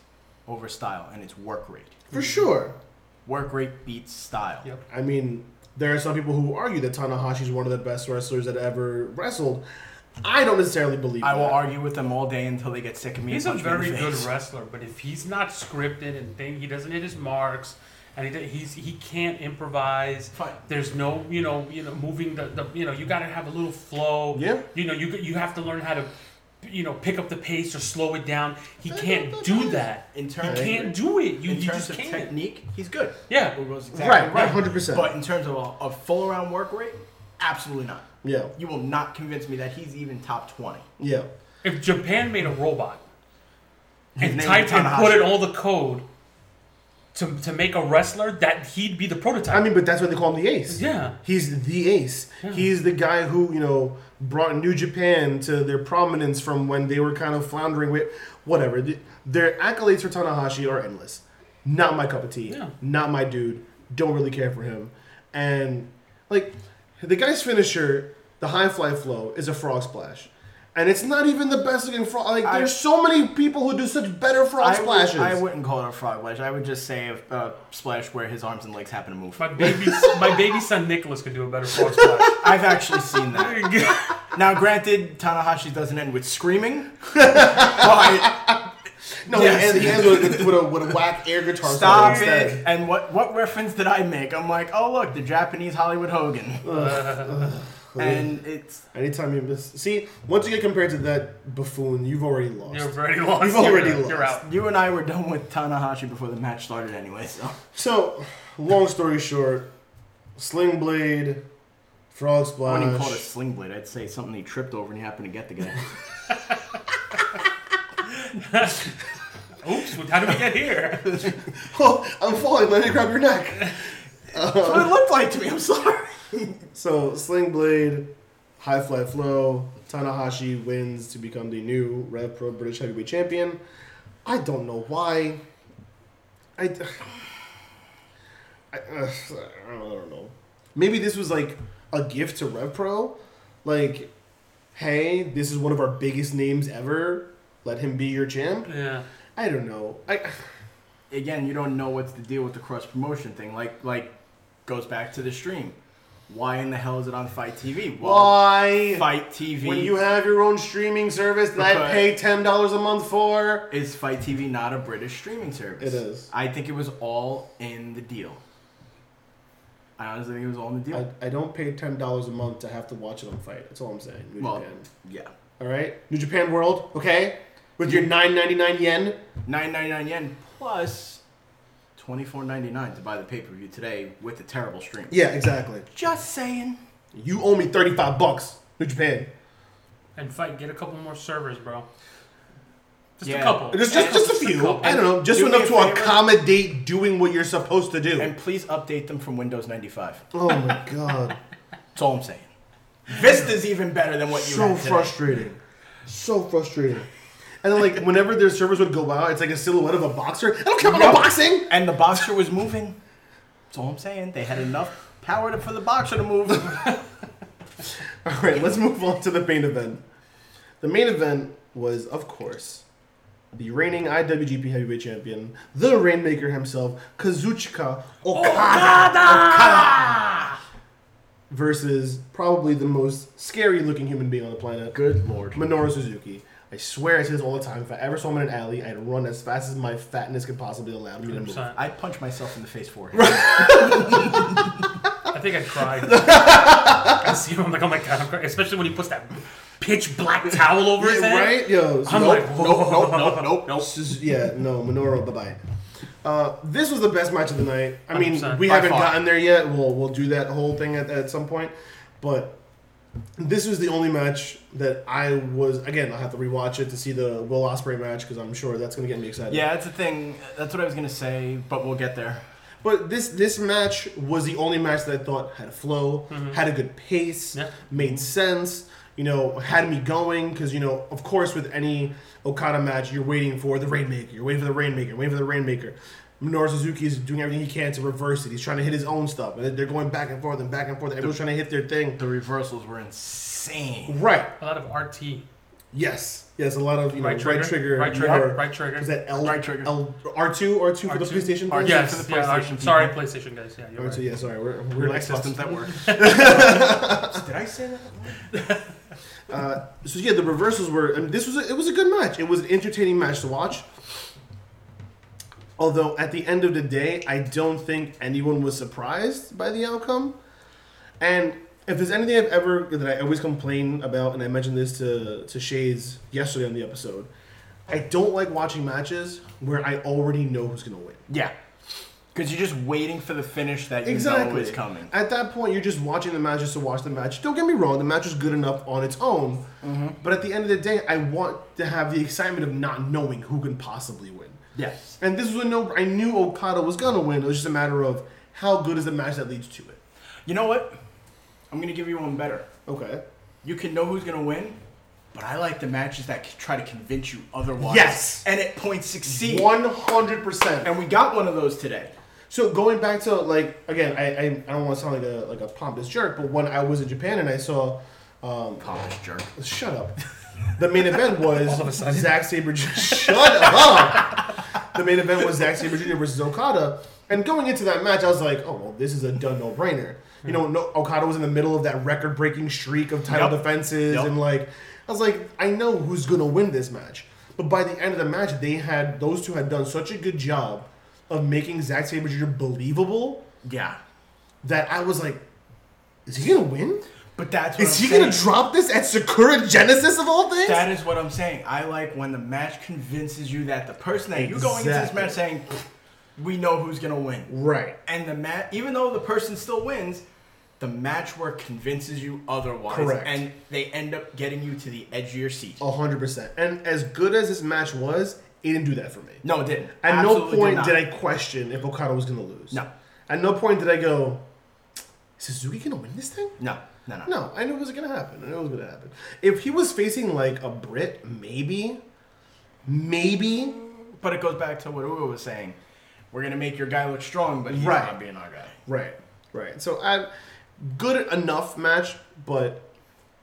S2: over style, and it's work rate.
S3: For sure.
S2: Work rate beats style.
S1: Yep.
S3: I mean, There are some people who argue that Tanahashi's one of the best wrestlers that ever wrestled. I don't necessarily believe
S2: I will
S3: that.
S2: argue with them all day until they get sick of me.
S1: He's a
S2: and punch me
S1: very
S2: in the
S1: good
S2: face.
S1: wrestler, but if he's not scripted and think he doesn't hit his marks, and he d- he's he can't improvise.
S2: Fine.
S1: There's no you know you know moving the, the you know you got to have a little flow.
S3: Yeah.
S1: You know you g- you have to learn how to you know pick up the pace or slow it down. He
S3: Pick
S1: can't
S3: up the
S1: do
S3: pace.
S1: that.
S2: In
S1: He
S2: terms,
S1: can't do it. You,
S2: in
S1: you
S2: terms
S1: just
S2: of
S1: can't.
S2: technique, he's good.
S1: Yeah.
S2: Who goes
S3: Right,
S2: exactly
S3: right, hundred percent.
S2: But in terms of a, a full around work rate, absolutely not.
S3: yeah,
S2: You will not convince me that he's even top twenty.
S3: yeah,
S1: If Japan made a robot
S2: His
S1: and
S2: name
S1: typed
S2: is
S1: and
S2: Tanahashi.
S1: put in all the code to to make a wrestler, that he'd be the prototype.
S3: I mean, but that's why they call him the Ace.
S1: yeah.
S3: He's the ace. He's the guy who, you know, brought New Japan to their prominence from when they were kind of floundering with whatever. The- Their accolades for Tanahashi are endless. Not my cup of tea.
S1: Yeah.
S3: Not my dude. Don't really care for him. And, like, the guy's finisher, the high fly flow, is a frog splash. And it's not even the best looking frog. Like,
S2: I-
S3: there's so many people who do such better frog
S2: I,
S3: splashes.
S2: would, I wouldn't call it a frog splash. I would just say a, a splash where his arms and legs happen to move.
S1: My baby, my baby son Nicholas could do a better frog splash.
S2: I've actually seen that. Now, granted, Tanahashi doesn't end with screaming, but
S3: no,
S2: Yes.
S3: he ends, he ends with, a, with, a, with a whack air guitar solo
S2: stop
S3: instead.
S2: it. And what what reference did I make? I'm like, oh look, the Japanese Hollywood Hogan, and it's
S3: Anytime you miss, see, once you get compared to that buffoon, you've already lost.
S1: You're already lost.
S3: You've already
S1: you're, You're
S3: lost.
S1: out.
S2: you and I were done with Tanahashi before the match started anyway. So
S3: So, long story short, Sling Blade, Frog
S2: I wouldn't even call it a
S3: Splash.
S2: sling blade. I'd say something he tripped over and he happened to get the guy.
S1: Oops, how did we get here?
S3: Oh, I'm falling. Let me grab your neck.
S2: That's what it looked like to me. I'm sorry.
S3: So, Sling Blade, High Fly Flow, Tanahashi wins to become the new Rev Pro British Heavyweight Champion. I don't know why. I. I, uh, I don't know, I don't know. Maybe this was like a gift to RevPro. Like, hey, this is one of our biggest names ever. Let him be your champ.
S1: Yeah.
S3: I don't know. I
S2: Again, you don't know what's the deal with the cross promotion thing. Like like goes back to the stream. Why in the hell is it on Fight TV? Well,
S3: why
S2: Fight TV.
S3: when you have your own streaming service that I
S2: Because-
S3: pay ten dollars a month for.
S2: Is Fight TV not a British streaming service?
S3: It is.
S2: I think it was all in the deal. I honestly think it was all in the deal.
S3: I, I don't pay ten dollars a month to have to watch it on Fight. That's all I'm saying. New
S2: well,
S3: Japan.
S2: yeah.
S3: All right, New Japan World. Okay, with your nine ninety nine yen.
S2: Nine ninety nine yen plus twenty four ninety nine to buy the pay per view today with the terrible stream.
S3: Yeah, exactly.
S2: Just saying.
S3: You owe me thirty five bucks, New Japan.
S1: And fight. Get a couple more servers, bro. Just a
S2: Yeah.
S1: couple.
S3: Just, just, just a few.
S1: couple.
S3: I don't know, just
S2: Do me
S3: enough
S2: a
S3: to
S2: favor.
S3: accommodate doing what you're supposed to do.
S2: And please update them from Windows ninety five.
S3: oh my god,
S2: That's all I'm saying. Vista's even better than what you
S3: so
S2: had today.
S3: frustrating, so frustrating. And then like whenever their servers would go out, it's like a silhouette of a boxer. I don't care about no
S2: Yup.
S3: boxing.
S2: And the boxer was moving. That's all I'm saying. They had enough power to, for the boxer to move.
S3: All right, let's move on to the main event. The main event was, of course, the reigning IWGP Heavyweight Champion, the Rainmaker himself, Kazuchika Okada, Okada! versus probably the most scary-looking human being on the planet,
S2: Good lord.
S3: Minoru Suzuki. I swear I say this all the time. If I ever saw him in an alley, I'd run as fast as my fatness could possibly allow me to move.
S1: 100%.
S2: I punch myself in the face for him.
S1: I think I cried. I see him. I'm like, oh my god, I'm crying. Especially when he puts that pitch black towel over his head.
S3: Right? Yo,
S1: I'm
S3: nope.
S1: like, whoa.
S2: nope, nope, nope, nope.
S3: Sus- yeah, no, Minoru, bye bye. Uh, this was the best match of the night. I mean,
S1: 100%.
S3: we
S2: By
S3: haven't
S2: far.
S3: gotten there yet. We'll we'll do that whole thing at, at some point, but this was the only match that I was. Again, I'll have to rewatch it to see the Will Osprey match because I'm sure that's going to get me excited.
S2: Yeah, that's the thing. That's what I was gonna say, but we'll get there.
S3: But this this match was the only match that I thought had a flow,
S2: Mm-hmm.
S3: had a good pace,
S1: Yeah.
S3: made sense. You know, had me going because you know, of course, with any Okada match, you're waiting for the Rainmaker, you're waiting for the Rainmaker, you're waiting for the Rainmaker. Minoru Suzuki is doing everything he can to reverse it. He's trying to hit his own stuff, and they're going back and forth and back and forth. Everyone's trying to hit their thing.
S2: The reversals were insane.
S3: Right,
S1: A lot of RT.
S3: Yes. Yes, a lot of you know,
S1: Right
S3: right
S1: trigger,
S3: trigger,
S1: right trigger,
S3: or-
S1: right trigger.
S3: Is that L
S2: Right trigger.
S3: L R two R two for the
S2: R2.
S3: PlayStation?
S2: R2.
S3: version?
S1: Yes,
S2: for the
S1: yeah, our-
S2: PlayStation people.
S1: sorry, PlayStation guys. Yeah, you're
S3: R two.
S1: right.
S3: Yeah, sorry, we're
S2: We're
S3: we're
S2: like
S3: like
S2: systems that work. Did I say that?
S3: Uh, so yeah, the reversals were. I mean, this was a, it was a good match. It was an entertaining match to watch. Although at the end of the day, I don't think anyone was surprised by the outcome. And if there's anything I've ever that I always complain about, and I mentioned this to to Shays yesterday on the episode, I don't like watching matches where I already know who's gonna win.
S2: Yeah. Because you're just waiting for the finish that you know
S3: Exactly.
S2: is coming.
S3: At that point, you're just watching the match just to watch the match. Don't get me wrong, the match is good enough on its own.
S2: Mm-hmm.
S3: But at the end of the day, I want to have the excitement of not knowing who can possibly win.
S2: Yes.
S3: And this was a no. I knew Okada was gonna win. It was just a matter of how good is the match that leads to it.
S2: You know what? I'm going to give you one better.
S3: Okay.
S2: You can know who's going to win, but I like the matches that c- try to convince you otherwise.
S3: Yes.
S2: And at points succeed.
S3: One hundred percent.
S2: And we got one of those today.
S3: So going back to like again, I, I, I don't want to sound like a like a pompous jerk, but when I was in Japan and I saw um,
S2: Pompous jerk.
S3: Shut up. The main event was Zack Saber. Shut up. The main event was Zack Saber Jr. versus Okada, and going into that match, I was like, "Oh well, this is a done no-brainer." You know, no, Okada was in the middle of that record-breaking streak of title
S2: Yep.
S3: defenses,
S2: Yep.
S3: and like, I was like, "I know who's gonna win this match." But by the end of the match, they had those two had done such a good job of making Zack Saber Jr. believable
S2: Yeah.
S3: that I was like, "Is he gonna win?
S2: But that's what
S3: Is
S2: I'm
S3: he gonna
S2: saying.
S3: drop this at Sakura Genesis of all things?"
S2: That is what I'm saying. I like when the match convinces you that the person that you're going into this
S3: Exactly.
S2: match saying, "Pfft, we know who's going to win.
S3: Right.
S2: And the match, even though the person still wins, the match work convinces you otherwise.
S3: Correct.
S2: And they end up getting you to the edge of your seat.
S3: A hundred percent. And as good as this match was, it didn't do that for me.
S2: No, it didn't.
S3: At
S2: Absolutely
S3: no point
S2: not.
S3: did, I question if Okada was gonna lose.
S2: No.
S3: At no point did I go, Is Suzuki gonna win this thing?
S2: No, no, no.
S3: No, I knew it was gonna happen. I knew it was gonna happen. If he was facing like a Brit, maybe, maybe,
S2: But it goes back to what Uwe was saying. We're going to make your guy look strong, but he's
S3: Right.
S2: not being our guy.
S3: right, right. So I, good enough match, but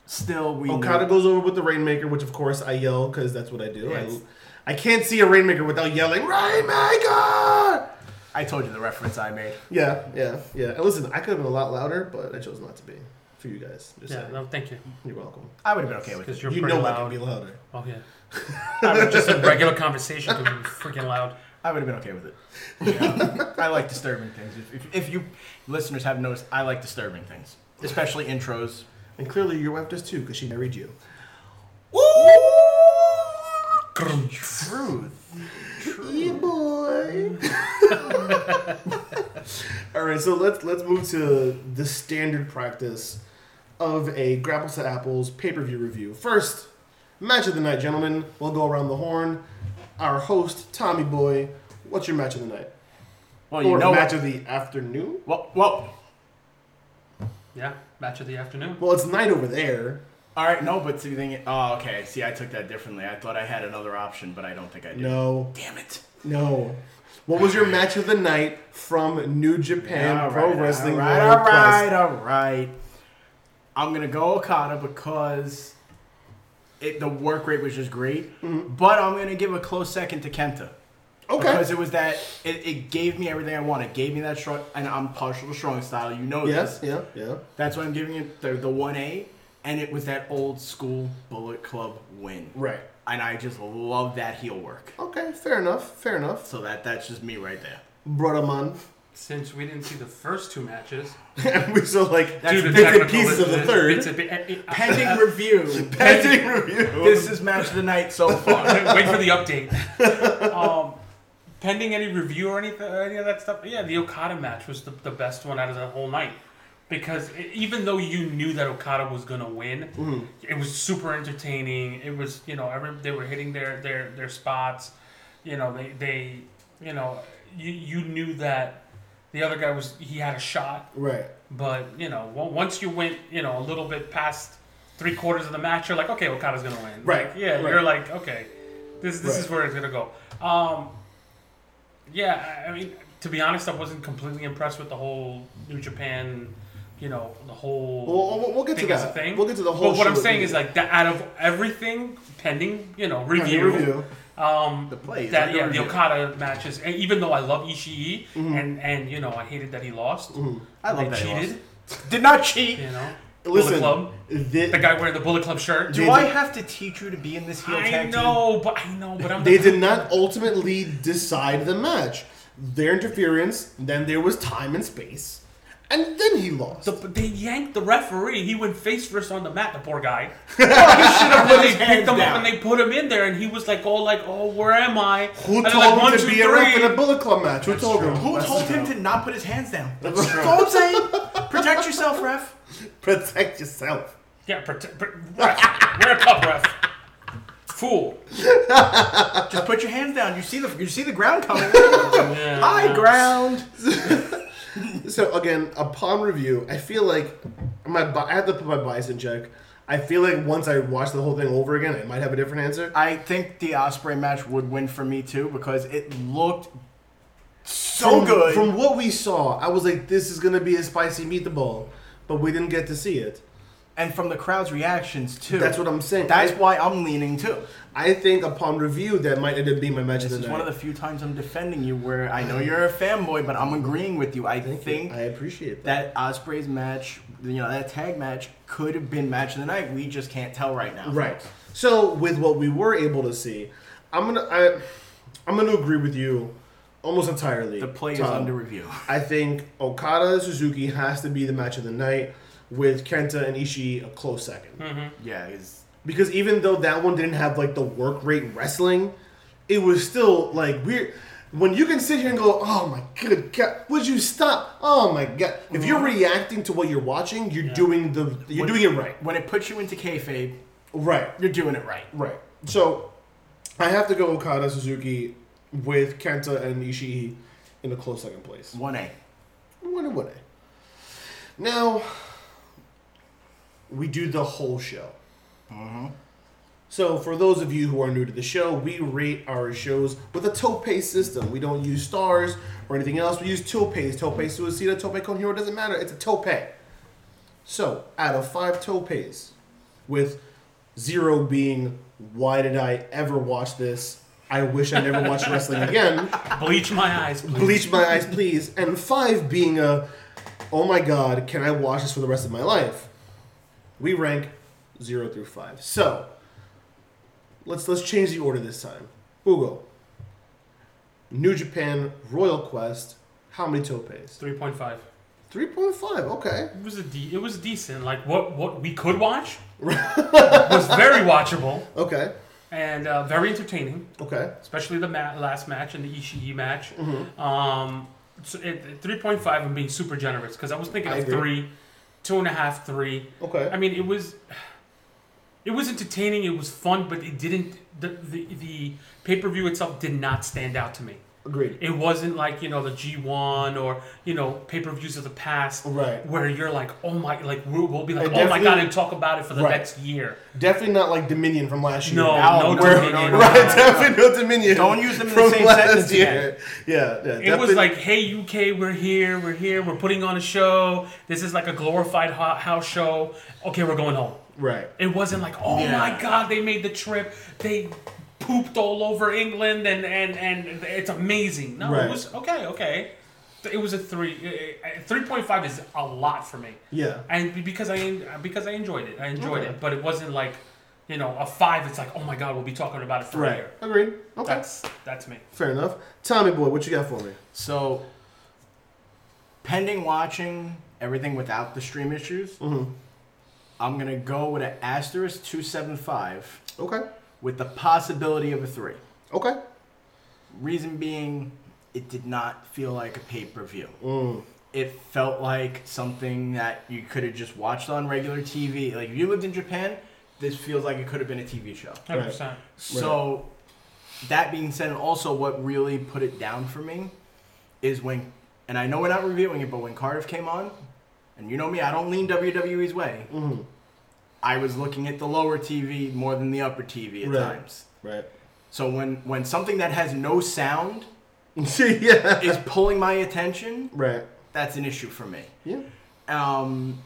S2: Still, we.
S3: Okada
S2: know-
S3: goes over with the Rainmaker, which of course I yell because that's what I do. I,
S2: Yes.
S3: I can't see a Rainmaker without yelling Rainmaker.
S2: I told you the reference I made.
S3: Yeah, yeah, yeah. And listen, I could have been a lot louder, but I chose not to be for you guys. Just
S1: Yeah,
S3: saying.
S1: no, thank you.
S3: You're welcome.
S2: I would have been okay with
S1: Because
S2: it.
S1: you're
S3: you
S1: pretty
S3: know I
S1: loud.
S3: can be louder.
S1: Oh yeah. I mean, just in regular conversation because you're freaking loud.
S2: I would have been okay with it. Yeah. I like disturbing things. If, if, if you listeners have noticed, I like disturbing things, especially intros.
S3: And clearly, your wife does too, because she married you.
S2: Truth.
S3: Yeah, boy. All right, so let's let's move to the standard practice of a grapples to apples pay per view review. First match of the night, gentlemen. We'll go around the horn. Our host, Tommy Boy. What's your match of the night?
S2: Well, you
S3: Or
S2: know
S3: match
S2: what?
S3: of the afternoon?
S2: Well, well,
S1: Yeah, match of the afternoon.
S3: Well, it's night over there.
S2: all right, no, but see, the thing. Oh, okay. See, I took that differently. I thought I had another option, but I don't think I did.
S3: No,
S2: Damn it.
S3: no. What was your match of the night from New Japan
S2: All
S3: Pro
S2: right,
S3: Wrestling?
S2: All right,
S3: World
S2: all
S3: Class?
S2: right, all right. I'm gonna go Okada because it, the work rate was just great. But I'm gonna give a close second to Kenta.
S3: Mm-hmm. Okay.
S2: Because it was that it, it gave me everything I wanted. It gave me that strong, and I'm partial to strong style. You know
S3: Yes,
S2: this.
S3: yeah, yeah.
S2: That's why I'm giving it the the one A, and it was that old school Bullet Club win.
S3: Right.
S2: And I just love that heel work.
S3: Okay, fair enough, fair enough.
S2: So that that's just me right there.
S3: Brought him on.
S1: Since we didn't see the first two matches,
S3: and we saw like
S2: That's
S1: due to
S3: bits and
S1: technical
S3: pieces of the
S1: glitches,
S3: third.
S1: bits and- eh, eh,
S2: Pending review.
S3: Pending review.
S2: This is match of the night so far.
S1: Wait for the update. Um, pending any review or anything, or any of that stuff. Yeah, the Okada match was the, the best one out of the whole night because i even though you knew that Okada was gonna win, it was super entertaining. It was you know every, they were hitting their their their spots. You know they they you know you you knew that the other guy was he had a shot.
S3: Right.
S1: But you know, wo- once you went, you know, a little bit past three quarters of the match, you're like, okay, Okada's gonna win.
S3: Right,
S1: Like, yeah.
S3: right.
S1: You're like, okay, this this is
S3: Right.
S1: where it's gonna go. Um, yeah. I I mean, to be honest, I wasn't completely impressed with the whole New Japan you know, the whole.
S3: We'll, we'll, we'll get to
S1: thing as a
S3: that.
S1: thing.
S3: We'll get to the whole.
S1: But what I'm
S3: shit
S1: saying
S3: with
S1: is like that out of everything pending, you know,
S3: the-
S1: review.
S3: review.
S1: Um,
S2: The play is
S1: that
S2: under
S1: yeah, the
S2: review.
S1: Okada matches. And even though I love Ishii
S3: Mm-hmm.
S1: and and you know I hated that he lost.
S2: I love
S1: they
S2: that he
S1: cheated.
S2: Did not cheat.
S1: You know, Bullet
S3: Listen,
S1: Club.
S3: They,
S1: The guy wearing the Bullet Club shirt.
S3: They
S2: Do I
S3: did-
S2: have to teach you to be in this heel
S1: I
S2: tag team?
S1: know, but I know, but I'm.
S3: they
S1: the-
S3: did not ultimately decide the match. Their interference. Then there was time and space, and then he lost.
S1: The, they yanked the referee. He went face first on the mat. The poor guy.
S2: I
S1: And then they
S2: hands
S1: picked him up
S2: down.
S1: and they put him in there, and he was like, "Oh, like, oh, where am I?"
S3: Who
S1: and then,
S3: told
S1: like,
S3: him
S1: one,
S3: to
S1: two,
S3: be a ref
S1: three.
S3: in a bullet club match? Who told him?
S2: Who
S3: Who
S2: told him to not put his hands down? That's,
S3: true.
S2: all I'm saying. Protect yourself, ref.
S3: protect yourself?
S1: Yeah, protect, pr- ref. wear a cup, ref. Fool.
S2: Just put your hands down. You see the you see the ground coming. High ground.
S3: So again, upon review, I feel like my bi- I had to put my bias in check. I feel like once I watch the whole thing over again, I might have a different answer.
S2: I think the Osprey match would win for me too because it looked so
S3: from,
S2: good.
S3: From what we saw, I was like, "This is gonna be a spicy meatball," but we didn't get to see it.
S2: and from the crowd's reactions too.
S3: That's what I'm saying.
S2: That's
S3: I,
S2: why I'm leaning too.
S3: I think upon review, that might end up being my match
S2: This
S3: of the
S2: is
S3: night.
S2: one of the few times I'm defending you where I know you're a fanboy, but I'm agreeing with you. I think
S3: I appreciate that.
S2: that Osprey's match, you know, that tag match could have been match of the night. We just can't tell right now.
S3: Right. So with what we were able to see, I'm gonna I, I'm gonna agree with you almost entirely.
S2: The play is
S3: Tom.
S2: under review.
S3: I think Okada Suzuki has to be the match of the night, with Kenta and Ishii a close 2nd
S2: Yeah, it's
S3: Because even though that one didn't have like the work rate wrestling, it was still like weird. When you can sit here and go, "Oh my good god, would you stop?" Oh my god, if you're reacting to what you're watching, you're doing the you're doing it right,
S2: when it puts you into kayfabe,
S3: right.
S2: you're doing it right.
S3: Right. So I have to go Okada Suzuki with Kenta and Ishii in a close second place.
S2: One A.
S3: What would I? Now we do the whole show. So for those of you who are new to the show, we rate our shows with a tope system. We don't use stars or anything else. We use topes. Tope suicida, tope con hero, doesn't matter. It's a tope. So out of five topes, with zero being why did I ever watch this? I wish I never watched wrestling again
S1: Bleach my eyes, please.
S3: bleach my eyes, please. And five being a, oh my god, can I watch this for the rest of my life? We rank zero through five. So let's let's change the order this time. Hugo, New Japan, Royal Quest. How many topes?
S1: Three point five.
S3: Three point five. Okay.
S1: It was a de- it was decent. Like what what we could watch was very watchable
S3: Okay.
S1: and uh, very entertaining,
S3: Okay.
S1: especially the ma- last match and the Ishii match.
S3: Mm-hmm.
S1: Um, so it, three point five. I'm being super generous because I was thinking
S3: I
S1: of
S3: agree.
S1: three, two and a half, three.
S3: Okay.
S1: I mean, it was it was entertaining. It was fun, but it didn't. The the, the pay per view itself did not stand out to me.
S3: Agreed.
S1: It wasn't like you know the G one or you know pay per views of the past,
S3: Right.
S1: Where you're like, oh my, like we'll, we'll be like,
S3: And
S1: oh my god,
S3: definitely-
S1: and talk about it for the
S3: Right.
S1: next year.
S3: Definitely not like Dominion from last year.
S1: No,
S2: now
S1: no,
S2: we're-
S1: Dominion.
S2: no, no,
S3: Right, definitely no Dominion.
S2: Don't use them in the
S3: from
S2: same
S3: last
S2: sentence
S3: year.
S2: again.
S3: Yeah, yeah.
S1: It was like, hey UK, we're here, we're here, we're putting on a show. This is like a glorified ho- house show. Okay, we're going home.
S3: right.
S1: It wasn't like, oh
S2: Yeah.
S1: my god, they made the trip. They pooped all over England, and and and it's amazing. No,
S3: Right.
S1: it was okay, okay. It was a three. eh, Three point five is a lot for me,
S3: Yeah.
S1: and be- because I en- because I enjoyed it, I enjoyed
S3: Okay.
S1: it. But it wasn't like, you know, a five. It's like, oh my god, we'll be talking about it for a
S3: Right.
S1: year.
S3: Agreed. Okay.
S1: That's that's me.
S3: Fair enough. Tommy boy, what you got for me?
S2: So, pending watching everything without the stream issues,
S3: Mm-hmm.
S2: I'm gonna go with an asterisk two seven five
S3: Okay.
S2: with the possibility of a three.
S3: Okay.
S2: Reason being, it did not feel like a pay per view.
S3: Mm.
S2: It felt like something that you could have just watched on regular TV. Like if you lived in Japan, this feels like it could have been a TV show.
S1: Hundred percent.
S2: So, that being said, and also what really put it down for me is when, and I know we're not reviewing it, but when Cardiff came on, and you know me, I don't lean WWE's way. I was looking at the lower TV more than the upper TV at
S3: Right.
S2: times.
S3: Right.
S2: So when when something that has no sound
S3: yeah.
S2: is pulling my attention,
S3: Right.
S2: that's an issue for me.
S3: Yeah.
S2: Um,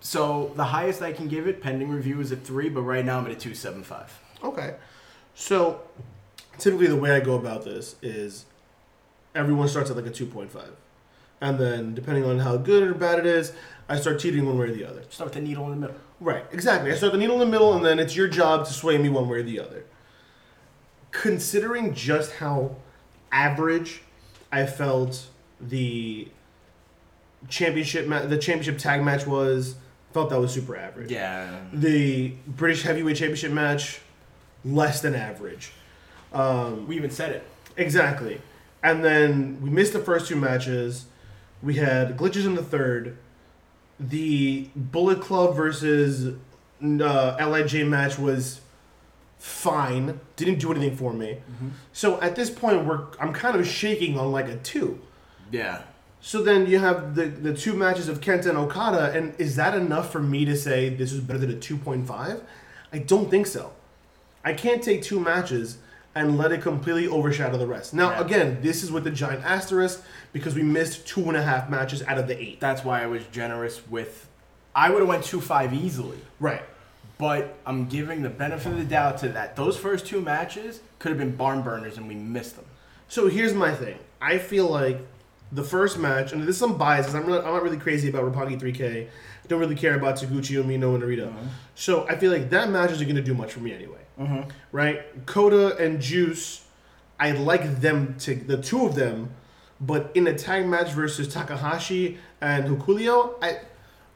S2: so the highest I can give it, pending review, is at three, but right now I'm at a two seven five.
S3: Okay. So typically the way I go about this is everyone starts at like a 2.5. And then depending on how good or bad it is, I start cheating one way or the other.
S2: Start the needle in the middle.
S3: Right, exactly. I start the needle in the middle and then it's your job to sway me one way or the other. Considering just how average I felt the championship ma- the championship tag match was, felt that was super average
S2: Yeah.
S3: the British Heavyweight Championship match less than average.
S2: We even said it.
S3: Exactly. And then we missed the first two matches. We had glitches in the third. The Bullet Club versus uh, Lij match was fine. Didn't do anything for me. So at this point, we're I'm kind of shaking on like a two.
S2: Yeah.
S3: So then you have the the two matches of Kenta and Okada, and is that enough for me to say this is better than a two point five? I don't think so. I can't take two matches and let it completely overshadow the rest. Now
S2: Yeah.
S3: again, this is with the giant asterisk because we missed two and a half matches out of the eight.
S2: That's why I was generous with. I would have went two five easily.
S3: Right.
S2: But I'm giving the benefit of the doubt to that. Those first two matches could have been barn burners and we missed them.
S3: So here's my thing. I feel like the first match, and this is some bias, 'cause I'm not, I'm not really crazy about Roppongi 3K. I don't really care about Taguchi, Umino, and Narita.
S2: Uh-huh.
S3: So I feel like that match isn't going to do much for me anyway.
S2: Uh-huh.
S3: Right? Coda and Juice, I like them, to the two of them, but in a tag match versus Takahashi and Hukulio, I,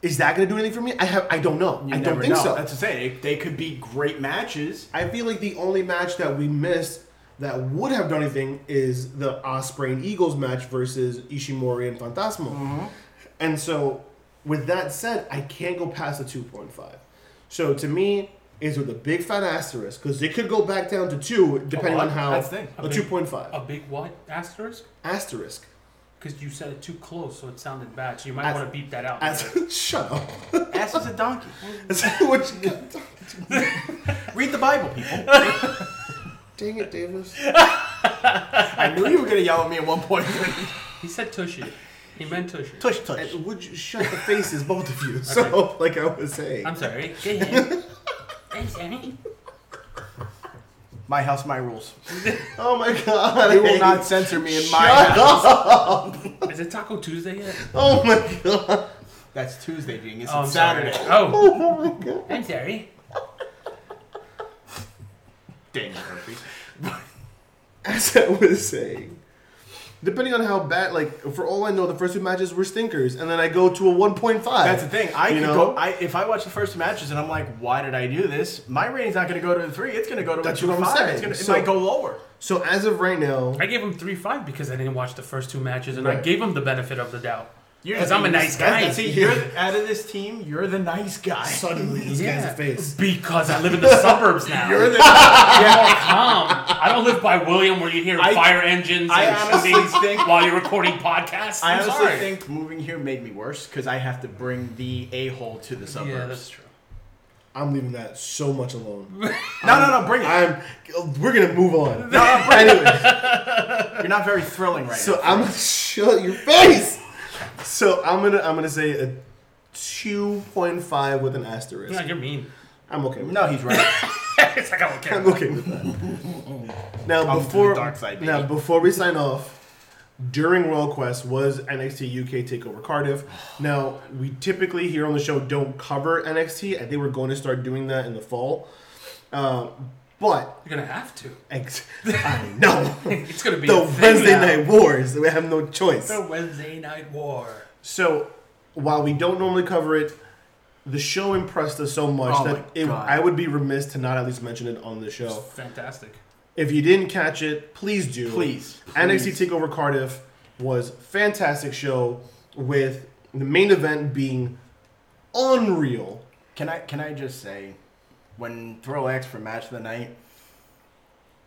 S3: is that going to do anything for me? I have I don't know.
S2: You
S3: I don't
S2: never
S3: think
S2: know.
S3: so.
S2: That's to say, they, they could be great matches.
S3: I feel like the only match that we missed that would have done anything is the Osprey and Eagles match versus Ishimori and Fantasma.
S2: Mm-hmm.
S3: And so, with that said, I can't go past the 2.5. So, to me, is with a big fat asterisk because it could go back down to two depending
S2: Oh,
S3: on how
S2: that's the thing. Oh.
S3: a 2.5
S1: A big what asterisk?
S3: asterisk.
S1: Because you said it too close, so it sounded bad. So you might
S3: As-
S1: want to beep that out.
S3: As, shut up.
S2: Ass is a donkey.
S3: Which,
S2: Read the Bible, people.
S3: dang it, Davis.
S2: I knew you were gonna yell at me at one point.
S1: he said tushy. He meant tushy.
S2: tush, tush.
S3: And would you shut the faces, both of you? So, like I was saying.
S1: I'm sorry. Go ahead. I'm sorry.
S2: My house, my rules.
S3: Oh my god.
S2: They will not censor me in my
S3: Shut
S2: house.
S1: Is it Taco Tuesday yet?
S3: Oh my god.
S2: That's Tuesday, Genius. It's
S1: Oh, I'm sorry.
S2: Saturday.
S1: Oh,
S3: Oh my god.
S1: I'm sorry.
S2: Daniel Murphy.
S3: As I was saying, depending on how bad, like for all I know, the first two matches were stinkers, and then I go to a one point five.
S2: That's the thing. I
S3: You
S2: could
S3: know?
S2: go. I if I watch the first two matches and I'm like, why did I do this? My rating's not gonna go to a three. It's gonna go to
S3: That's
S2: a two
S3: what I'm
S2: five.
S3: saying.
S2: It's gonna,
S3: So-
S2: it might go lower.
S3: So as of right now,
S1: I gave him three five because I didn't watch the first two matches, and I
S3: Right.
S1: gave him the benefit of the doubt.
S2: You're-
S1: Because I'm a nice
S2: that's-
S1: guy.
S2: See, you're the- out of this team. You're the nice guy.
S3: suddenly this
S1: Yeah.
S3: guy's a face.
S1: Because I live in the suburbs now.
S2: You're the.
S1: More calm. I don't live by William where you hear
S2: I-
S1: fire engines
S2: I
S1: and
S2: honestly
S1: shootings
S2: think-
S1: while you're recording podcasts.
S2: I
S1: I'm
S2: honestly
S1: sorry.
S2: think moving here made me worse because I have to bring the a hole to the suburbs.
S1: yeah, that's true.
S3: I'm leaving that so much alone.
S2: no, no,
S3: Um,
S2: no. Bring it.
S3: I'm. We're gonna move on.
S2: no, no, bring it.
S3: Anyway,
S2: You're not very thrilling right
S3: so
S2: now.
S3: I'm gonna shut your face. So I'm gonna I'm gonna say a two point five with an asterisk.
S1: Yeah, you're mean.
S3: I'm okay. With
S2: No, he's right.
S1: it's like I don't care.
S3: I'm okay with that. now
S2: Come to the
S3: before
S2: dark side, baby.
S3: now before we sign off, during Royal Quest was NXT UK Takeover Cardiff. Now we typically here on the show don't cover NXT, and they were going to start doing that in the fall. Uh, but
S1: You're gonna have to.
S3: ex- I know
S1: It's gonna be
S3: the
S1: a thing
S3: Wednesday
S1: now.
S3: Night Wars. We have no choice.
S1: The Wednesday night war.
S3: So while we don't normally cover it, the show impressed us so much
S2: Oh my
S3: that it,
S2: God.
S3: I would be remiss to not at least mention it on the show.
S1: Fantastic.
S3: If you didn't catch it, please do.
S2: Please,
S3: NXT Takeover Cardiff was fantastic show with the main event being unreal.
S2: Can I can I just say, when Thrill X for match of the night,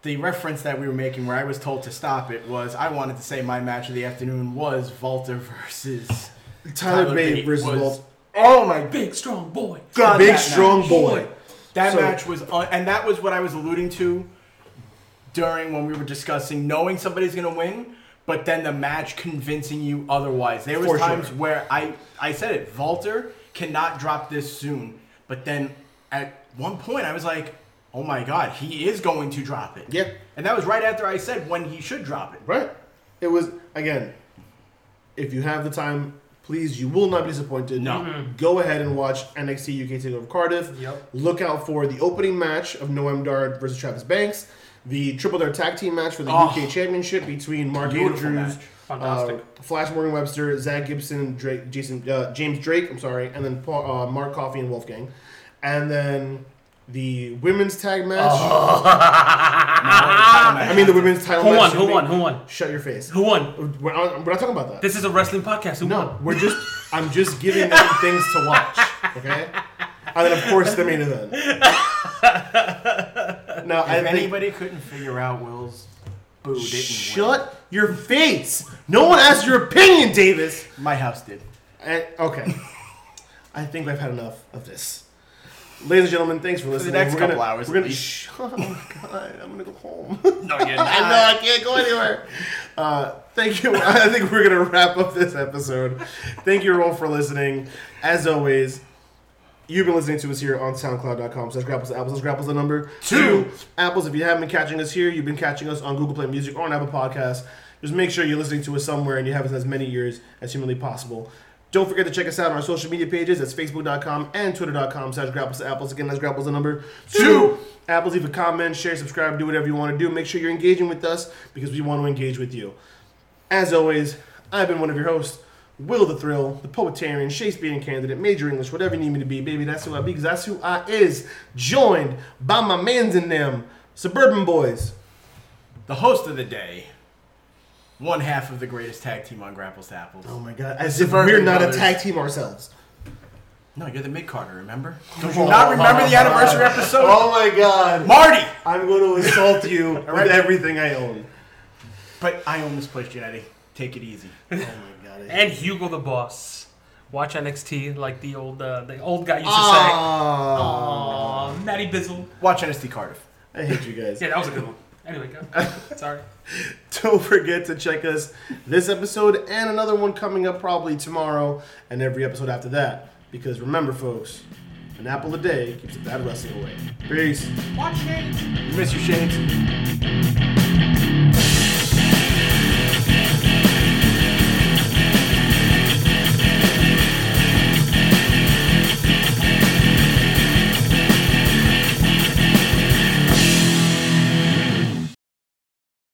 S2: the reference that we were making where I was told to stop it was I wanted to say my match of the afternoon was Volta versus
S3: Tyler, Bate,
S2: Bate
S3: versus
S2: was-
S3: Walt.
S2: Oh my
S1: Big strong boy.
S2: god,
S3: Big
S2: that
S3: strong
S2: match.
S3: boy.
S2: That
S3: So-
S2: match was un- and that was what I was alluding to during when we were discussing knowing somebody's gonna win. but then the match convincing you otherwise. There was
S3: For sure.
S2: times where I I said it, Walter cannot drop this soon, but then at one point I was like, "Oh my god, he is going to drop it."
S3: Yeah.
S2: And that was right after I said when he should drop it.
S3: Right. It was again. If you have the time, please, you will not be disappointed. Mm-hmm.
S2: No.
S3: Go ahead and watch NXT UK Takeover Cardiff.
S1: Yep.
S3: Look out for the opening match of Noam Dar versus Travis Banks, the Triple Dare Tag Team match for the
S2: Oh.
S3: UK Championship between Mark
S2: Beautiful
S3: Andrews,
S2: match.
S1: Fantastic.
S3: uh, Flash Morgan Webster, Zach Gibson, Drake, Jason, uh, James Drake. I'm sorry, and then Paul, uh, Mark Coffey and Wolfgang, and then the women's tag match. I mean the women's title.
S1: Oh. Who
S3: match
S1: won?
S3: should
S1: Who
S3: be-
S1: won? Who won?
S3: Shut your face.
S1: Who won?
S3: We're, we're not talking about that.
S1: This is a wrestling podcast. Who
S3: No,
S1: won?
S3: we're just. I'm just giving them things to watch. Okay. And then of course the main event. No, I
S2: if
S3: think-
S2: anybody couldn't figure out Will's boo didn't win.
S3: Shut your face! No one asked your opinion, Davis.
S2: My house did.
S3: And, okay. I think I've had enough of this. Ladies and gentlemen, thanks for listening.
S2: next
S3: we're
S2: couple
S3: gonna,
S2: hours,
S3: We're
S2: at
S3: gonna.
S2: least.
S3: Sh- oh my god! I'm gonna go home.
S2: No, you're
S3: I know I can't go anywhere. Uh, thank you. I think we're gonna wrap up this episode. Thank you all for listening. As always, you've been listening to us here on SoundCloud.com. Slash Grapples to Apples. Slash Grapples the number two. Apples. If you haven't been catching us here, you've been catching us on Google Play Music or on Apple Podcasts. Just make sure you're listening to us somewhere and you have us as many years as humanly possible. Don't forget to check us out on our social media pages. That's facebook.com and twitter.com slash grapples to apples. Again, that's grapples the number two. Apples, leave a comment, share, subscribe, do whatever you want to do. Make sure you're engaging with us because we want to engage with you. As always, I've been one of your hosts, Will the Thrill, the Poetarian, Shakespearean candidate, major English, whatever you need me to be, baby. That's who I be, because that's who I is. Joined by my mans in them, suburban boys.
S2: The host of the day, one half of the greatest tag team on Grapples to Apples.
S3: Oh my god, as if
S2: Suburban
S3: we're not
S2: brothers.
S3: a tag team ourselves.
S2: No, you're the mid Carter, remember? Don't you not remember the anniversary episode?
S3: Oh my god,
S2: Marty!
S3: I'm going to assault you with everything I own.
S2: But I own this place, Janetti. Take it easy.
S3: Oh my god. I-
S1: And Hugo the Boss. Watch NXT like the old uh, the old guy used to say.
S3: Aw.
S1: Aw, Matty Bizzle.
S2: Watch NST Cardiff.
S3: Ah, I hate you guys.
S1: Yeah, that was a good one. Anyway, go. Sorry.
S3: Don't forget to check us this episode and another one coming up probably tomorrow and every episode after that. Because remember, folks, an apple a day keeps a bad wrestling away. Peace.
S1: Watch it.
S2: You miss your shades?